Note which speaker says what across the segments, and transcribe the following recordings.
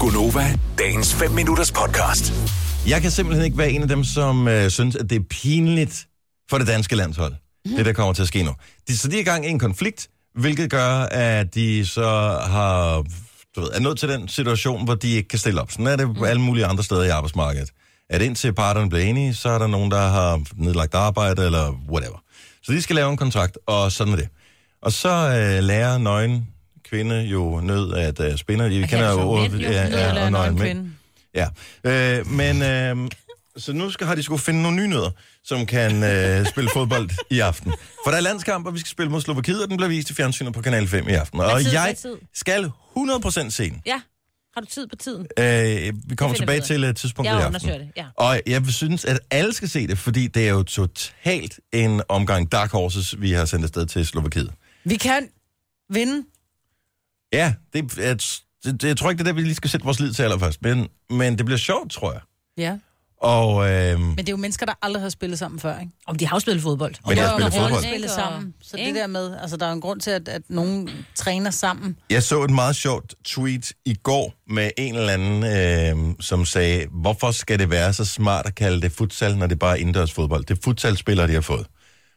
Speaker 1: Gunova, dagens 5 minutters podcast.
Speaker 2: Jeg kan simpelthen ikke være en af dem, som øh, synes, at det er pinligt for det danske landshold, mm. det der kommer til at ske nu. De, så de er i gang i en konflikt, hvilket gør, at de så har, du ved, er nået til den situation, hvor de ikke kan stille op. Sådan er det på alle mulige andre steder i arbejdsmarkedet. At indtil parterne bliver enige, så er der nogen, der har nedlagt arbejde eller whatever. Så de skal lave en kontrakt, og sådan er det. Og så øh, lærer nøgen kvinde jo nød at øh, spinde. Vi kender jo ordet,
Speaker 3: altså jo. Nød at lære
Speaker 2: og
Speaker 3: nøgen
Speaker 2: nøgen mænd.
Speaker 3: kvinde.
Speaker 2: Ja, øh, men øh, så nu skal, har de skulle finde nogle nye nødder, som kan øh, spille fodbold i aften. For der er landskamp, og vi skal spille mod Slovakiet, og den bliver vist i fjernsynet på Kanal 5 i aften. Og
Speaker 3: tid, hvad
Speaker 2: jeg
Speaker 3: tid?
Speaker 2: skal 100% se den.
Speaker 3: Ja. Har du tid på tiden?
Speaker 2: Øh, vi kommer
Speaker 3: finder
Speaker 2: tilbage
Speaker 3: vi ud af.
Speaker 2: til uh, tidspunktet
Speaker 3: Jeg
Speaker 2: i aften.
Speaker 3: undersøger det, ja.
Speaker 2: Og jeg synes, at alle skal se det, fordi det er jo totalt en omgang Dark Horses, vi har sendt afsted til Slovakiet.
Speaker 4: Vi kan vinde.
Speaker 2: Ja, det, jeg, det, jeg tror ikke, det er der, vi lige skal sætte vores lid til allerførst, men, men det bliver sjovt, tror jeg.
Speaker 4: Ja.
Speaker 2: Og, øh,
Speaker 4: Men det er jo mennesker, der aldrig har spillet sammen før, ikke?
Speaker 3: Om de har jo spillet fodbold.
Speaker 2: Men de har
Speaker 4: Jo,
Speaker 2: spillet
Speaker 4: jo,
Speaker 2: fodbold.
Speaker 4: spillet sammen. Så det
Speaker 3: Ikke?
Speaker 4: der med, altså der er jo en grund til, at, at nogen træner sammen.
Speaker 2: Jeg så et meget sjovt tweet i går med en eller anden, øh, som sagde, hvorfor skal det være så smart at kalde det futsal, når det bare er indendørs fodbold? Det er futsalspillere, de har fået.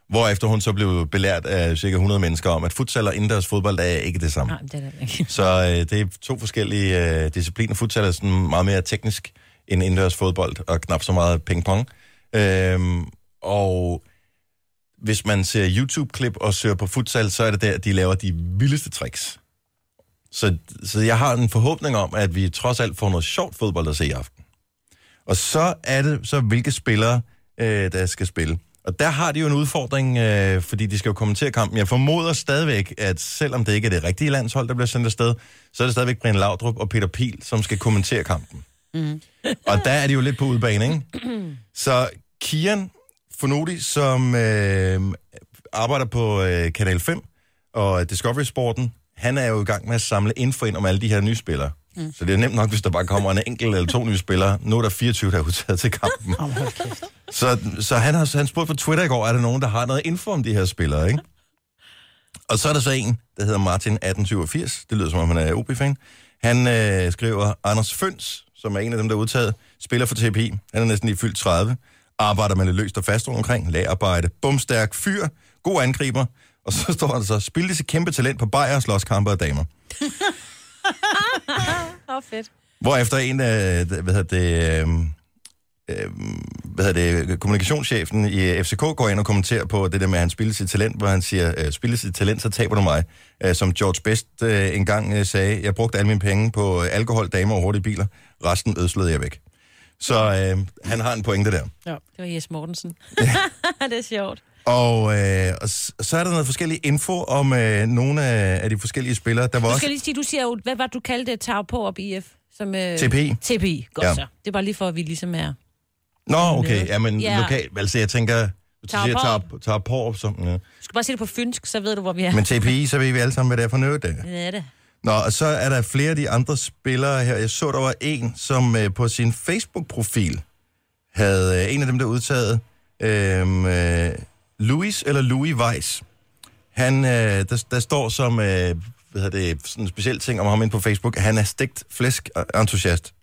Speaker 2: Hvorefter hun så blev belært af cirka 100 mennesker om, at futsal og indendørs fodbold er ikke det samme.
Speaker 3: Nej, det er det ikke.
Speaker 2: Så øh, det er to forskellige øh, discipliner. Futsal er sådan meget mere teknisk end indendørs fodbold, og knap så meget pingpong. Øhm, og hvis man ser YouTube-klip og søger på futsal, så er det der, de laver de vildeste tricks. Så, så jeg har en forhåbning om, at vi trods alt får noget sjovt fodbold at se i aften. Og så er det så, hvilke spillere, øh, der skal spille. Og der har de jo en udfordring, øh, fordi de skal jo kommentere kampen. Jeg formoder stadigvæk, at selvom det ikke er det rigtige landshold, der bliver sendt afsted, så er det stadigvæk Brian Laudrup og Peter Pil, som skal kommentere kampen. Mm. og der er de jo lidt på udebane, ikke? Så Kian Fonodi, som øh, arbejder på øh, Kanal 5 og Discovery Sporten, han er jo i gang med at samle info ind om alle de her nye spillere. Mm. Så det er nemt nok, hvis der bare kommer en enkelt eller to nye spillere. Nu er der 24, der er udtaget til kampen. så så han, har, han spurgte på Twitter i går, er der nogen, der har noget info om de her spillere, ikke? Og så er der så en, der hedder Martin1887. Det lyder som om, han er OB-fan. Han øh, skriver, Anders Føns, som er en af dem, der er udtaget, spiller for TPI. Han er næsten lige fyldt 30. Arbejder med det løst og fast rundt omkring. Lagarbejde. Bumstærk fyr. God angriber. Og så står han så, spil disse kæmpe talent på Bayer, slåskampe og damer.
Speaker 3: Åh, oh, fedt.
Speaker 2: Hvorefter en af, øh, hvad hedder det, øhm, øhm, hvad hedder det, kommunikationschefen i FCK går ind og kommenterer på det der med, at han spiller sit talent, hvor han siger, øh, spiller sit talent, så taber du mig. Øh, Som George Best øh, engang øh, sagde, jeg brugte alle mine penge på øh, alkohol, damer og hurtige biler. Resten ødslede jeg væk. Så øh, han har en pointe der.
Speaker 3: Det var Jes Mortensen. det er sjovt.
Speaker 2: Og, øh, og s- så er der noget forskellige info om øh, nogle af, af de forskellige spillere. Der var
Speaker 3: Du
Speaker 2: også...
Speaker 3: skal lige sige, du siger jo, hvad var det, du kaldte Tag på op IF? Som, øh,
Speaker 2: TPI.
Speaker 3: TPI, godt
Speaker 2: Ja.
Speaker 3: ja. så. Det er bare lige for, at vi ligesom er...
Speaker 2: Nå, okay, ja, men
Speaker 3: Ja.
Speaker 2: lokalt. Altså, jeg tænker, hvis du
Speaker 3: Tager
Speaker 2: siger, tager,
Speaker 3: Porup.
Speaker 2: tager på, som... Ja.
Speaker 3: Du skal bare sige det på fynsk, så ved du, hvor vi er.
Speaker 2: Men TPI, så ved vi alle sammen, hvad det er for noget, det er.
Speaker 3: Det er det.
Speaker 2: Nå, og så er der flere af de andre spillere her. Jeg så, der var en, som øh, på sin Facebook-profil havde øh, en af dem, der udtaget, øh, øh, Louis eller Louis Weiss. Han, øh, der, der står som, øh, hvad hedder det, sådan en speciel ting om ham ind på Facebook, han er stegt flæsk-entusiast.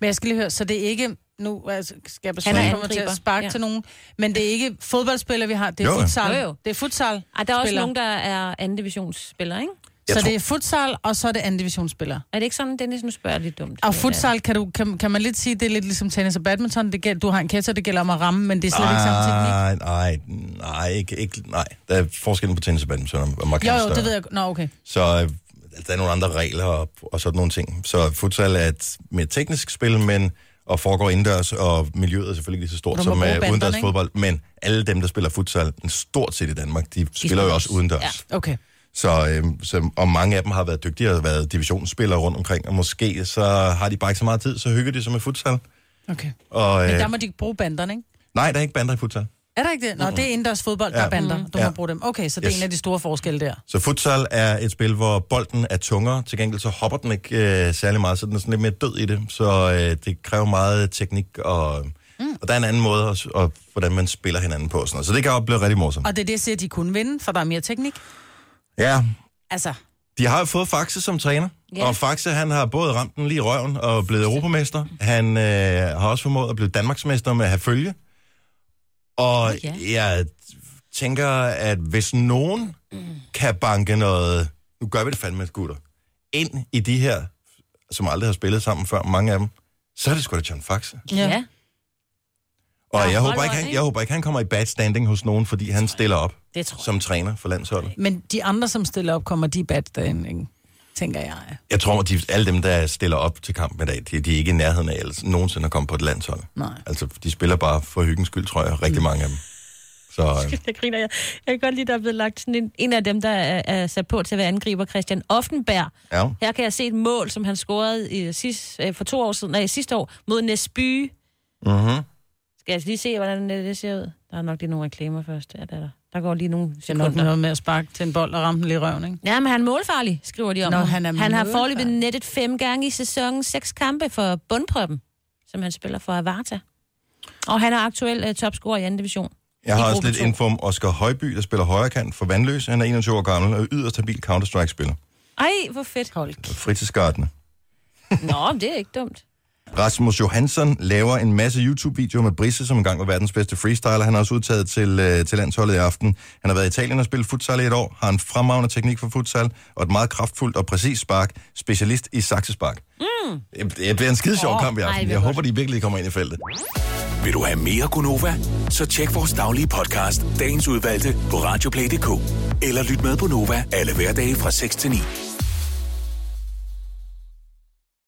Speaker 4: Men jeg skal lige høre, så det er ikke... Nu altså, skal jeg
Speaker 3: Han er
Speaker 4: besøge kommer til
Speaker 3: angriber,
Speaker 4: at sparke
Speaker 3: ja.
Speaker 4: ja. til nogen. Men det er ikke fodboldspillere, vi har. Det er
Speaker 2: Jo, jo.
Speaker 4: futsal.
Speaker 3: Jo, jo.
Speaker 4: Det er futsal.
Speaker 3: Ej, der er også nogen, der er anden divisionsspillere, ikke?
Speaker 2: Jeg
Speaker 4: Så
Speaker 2: tror-
Speaker 4: det er futsal, og så er det anden divisionsspillere.
Speaker 3: Er det ikke sådan, Dennis? Nu spørger jeg lidt dumt.
Speaker 4: Og futsal, kan, du, kan, kan man lidt sige, det er lidt ligesom tennis og badminton. Det gælder, du har en catcher, det gælder om at ramme, men det er slet
Speaker 2: Ah,
Speaker 4: ikke samme teknik.
Speaker 2: Nej, nej, nej, ikke, ikke, nej. Der er forskellen på tennis og badminton, og markant
Speaker 4: Jo, jo,
Speaker 2: større.
Speaker 4: det ved jeg. Nå, okay.
Speaker 2: Så øh, der er nogle andre regler og, og sådan nogle ting. Så futsal er et mere teknisk spil, men og foregår indendørs, og miljøet er selvfølgelig lige så stort
Speaker 4: Du må
Speaker 2: som
Speaker 4: bruge
Speaker 2: øh,
Speaker 4: banderne,
Speaker 2: udendørs
Speaker 4: ikke?
Speaker 2: fodbold. Men alle dem, der spiller futsal, stort set i Danmark, de spiller jo
Speaker 3: spiller
Speaker 2: også
Speaker 3: også.
Speaker 2: udendørs. Ja.
Speaker 3: Ja.
Speaker 4: Okay.
Speaker 2: Så, øh, så, og mange af dem har været dygtige og har været divisionsspillere rundt omkring, og måske så har de bare ikke så meget tid, så hygger de sig med futsal.
Speaker 4: okay.
Speaker 2: Og,
Speaker 4: Men
Speaker 2: øh,
Speaker 4: der må de ikke bruge banderne, ikke?
Speaker 2: Nej, der er ikke bander i futsal.
Speaker 4: Er der ikke det? Nå, det er indendørs fodbold, der
Speaker 2: Ja. Mm-hmm.
Speaker 4: er bander. Du
Speaker 2: Ja.
Speaker 4: må bruge dem. Okay, så det er
Speaker 2: Yes.
Speaker 4: en af de store forskelle der.
Speaker 2: Så futsal er et spil, hvor bolden er tungere, til gengæld så hopper den ikke øh, særlig meget, så den er sådan lidt mere død i det, så øh, det kræver meget teknik, og, mm. og der er en anden måde, at, og, hvordan man spiller hinanden på, og sådan noget. så det kan også blive rigtig morsomt.
Speaker 4: Og det er det, jeg siger, at de kunne vinde, for der er mere teknik.
Speaker 2: Ja,
Speaker 4: Altså,
Speaker 2: De har jo fået Faxe som træner,
Speaker 3: Ja.
Speaker 2: og Faxe han har både ramt den lige i røven og blevet europamester. Han øh, har også formået at blive Danmarksmester med at have følge. Og
Speaker 3: Nå, ja.
Speaker 2: jeg tænker, at hvis nogen kan banke noget, nu gør vi det fandme, gutter, ind i de her, som aldrig har spillet sammen før, mange af dem, så er det sgu da John Faxe.
Speaker 4: Ja.
Speaker 3: ja.
Speaker 2: Og
Speaker 3: Ja,
Speaker 2: jeg, håber
Speaker 3: hold
Speaker 2: ikke,
Speaker 3: on,
Speaker 2: han,
Speaker 3: ikke?
Speaker 2: jeg håber ikke, han kommer i bad standing hos nogen, fordi han stiller op
Speaker 3: Det tror jeg.
Speaker 2: som træner for landsholdet.
Speaker 4: Men de andre, som stiller op, kommer de bad derinde, ikke? tænker jeg.
Speaker 2: Jeg tror, at de, alle dem, der stiller op til kampen i dag, de, de er ikke i nærheden af ellers, nogensinde at komme på et landshold.
Speaker 4: Nej.
Speaker 2: Altså, de spiller bare for hyggens skyld, tror jeg, rigtig mange af dem. Så øh,
Speaker 3: Jeg griner. Jeg, jeg kan godt lide, der er blevet lagt sådan en, en af dem, der er, er sat på til at være angriber, Christian Offenberg.
Speaker 2: ja,
Speaker 3: Her kan jeg se et mål, som han scorede i, sidst, øh, for to år siden, nej, sidste år, mod Næsby. Mm-hmm. Skal jeg lige se, hvordan øh, det, det ser ud? Der er nok lige nogle reklamer først. Ja, der, er der. der går lige nogle
Speaker 4: Det er nok
Speaker 3: sekunder.
Speaker 4: noget med at sparke til en bold og ramme den lige i røven, ikke?
Speaker 3: Ja, men han er målfarlig, skriver de om
Speaker 4: Nå,
Speaker 3: ham.
Speaker 4: han er
Speaker 3: han har
Speaker 4: målfarlig.
Speaker 3: forløbet nettet fem gange i sæsonen, seks kampe for bundprøppen, som han spiller for Avarta. Og han er aktuel uh, topscorer i anden division.
Speaker 2: jeg har
Speaker 3: I
Speaker 2: også
Speaker 3: gruppe
Speaker 2: lidt
Speaker 3: to.
Speaker 2: info om Oscar Højby, der spiller højre kant for Vandløs. Han er 21 år gammel og yderst stabil Counter-Strike-spiller.
Speaker 3: Ej, hvor fedt.
Speaker 4: Hold
Speaker 2: Fritidsgardene.
Speaker 3: Nå, men det er ikke dumt.
Speaker 2: Rasmus Johansson laver en masse YouTube-videoer med Brisse, som engang var verdens bedste freestyler. Han er også udtaget til, øh, til landsholdet i aften. Han har været i Italien og spillet futsal i et år, har en fremragende teknik for futsal, og et meget kraftfuldt og præcist spark, specialist i saksespark. Mm. Det, det bliver en skide sjov oh, kamp i
Speaker 3: ej,
Speaker 2: aften.
Speaker 3: det er
Speaker 2: Jeg
Speaker 3: godt.
Speaker 2: håber, de virkelig kommer ind i feltet.
Speaker 1: Vil du have mere Gunova? Så tjek vores daglige podcast, dagens udvalgte, på radioplay.dk. Eller lyt med på Nova alle hverdage fra 6 til 9.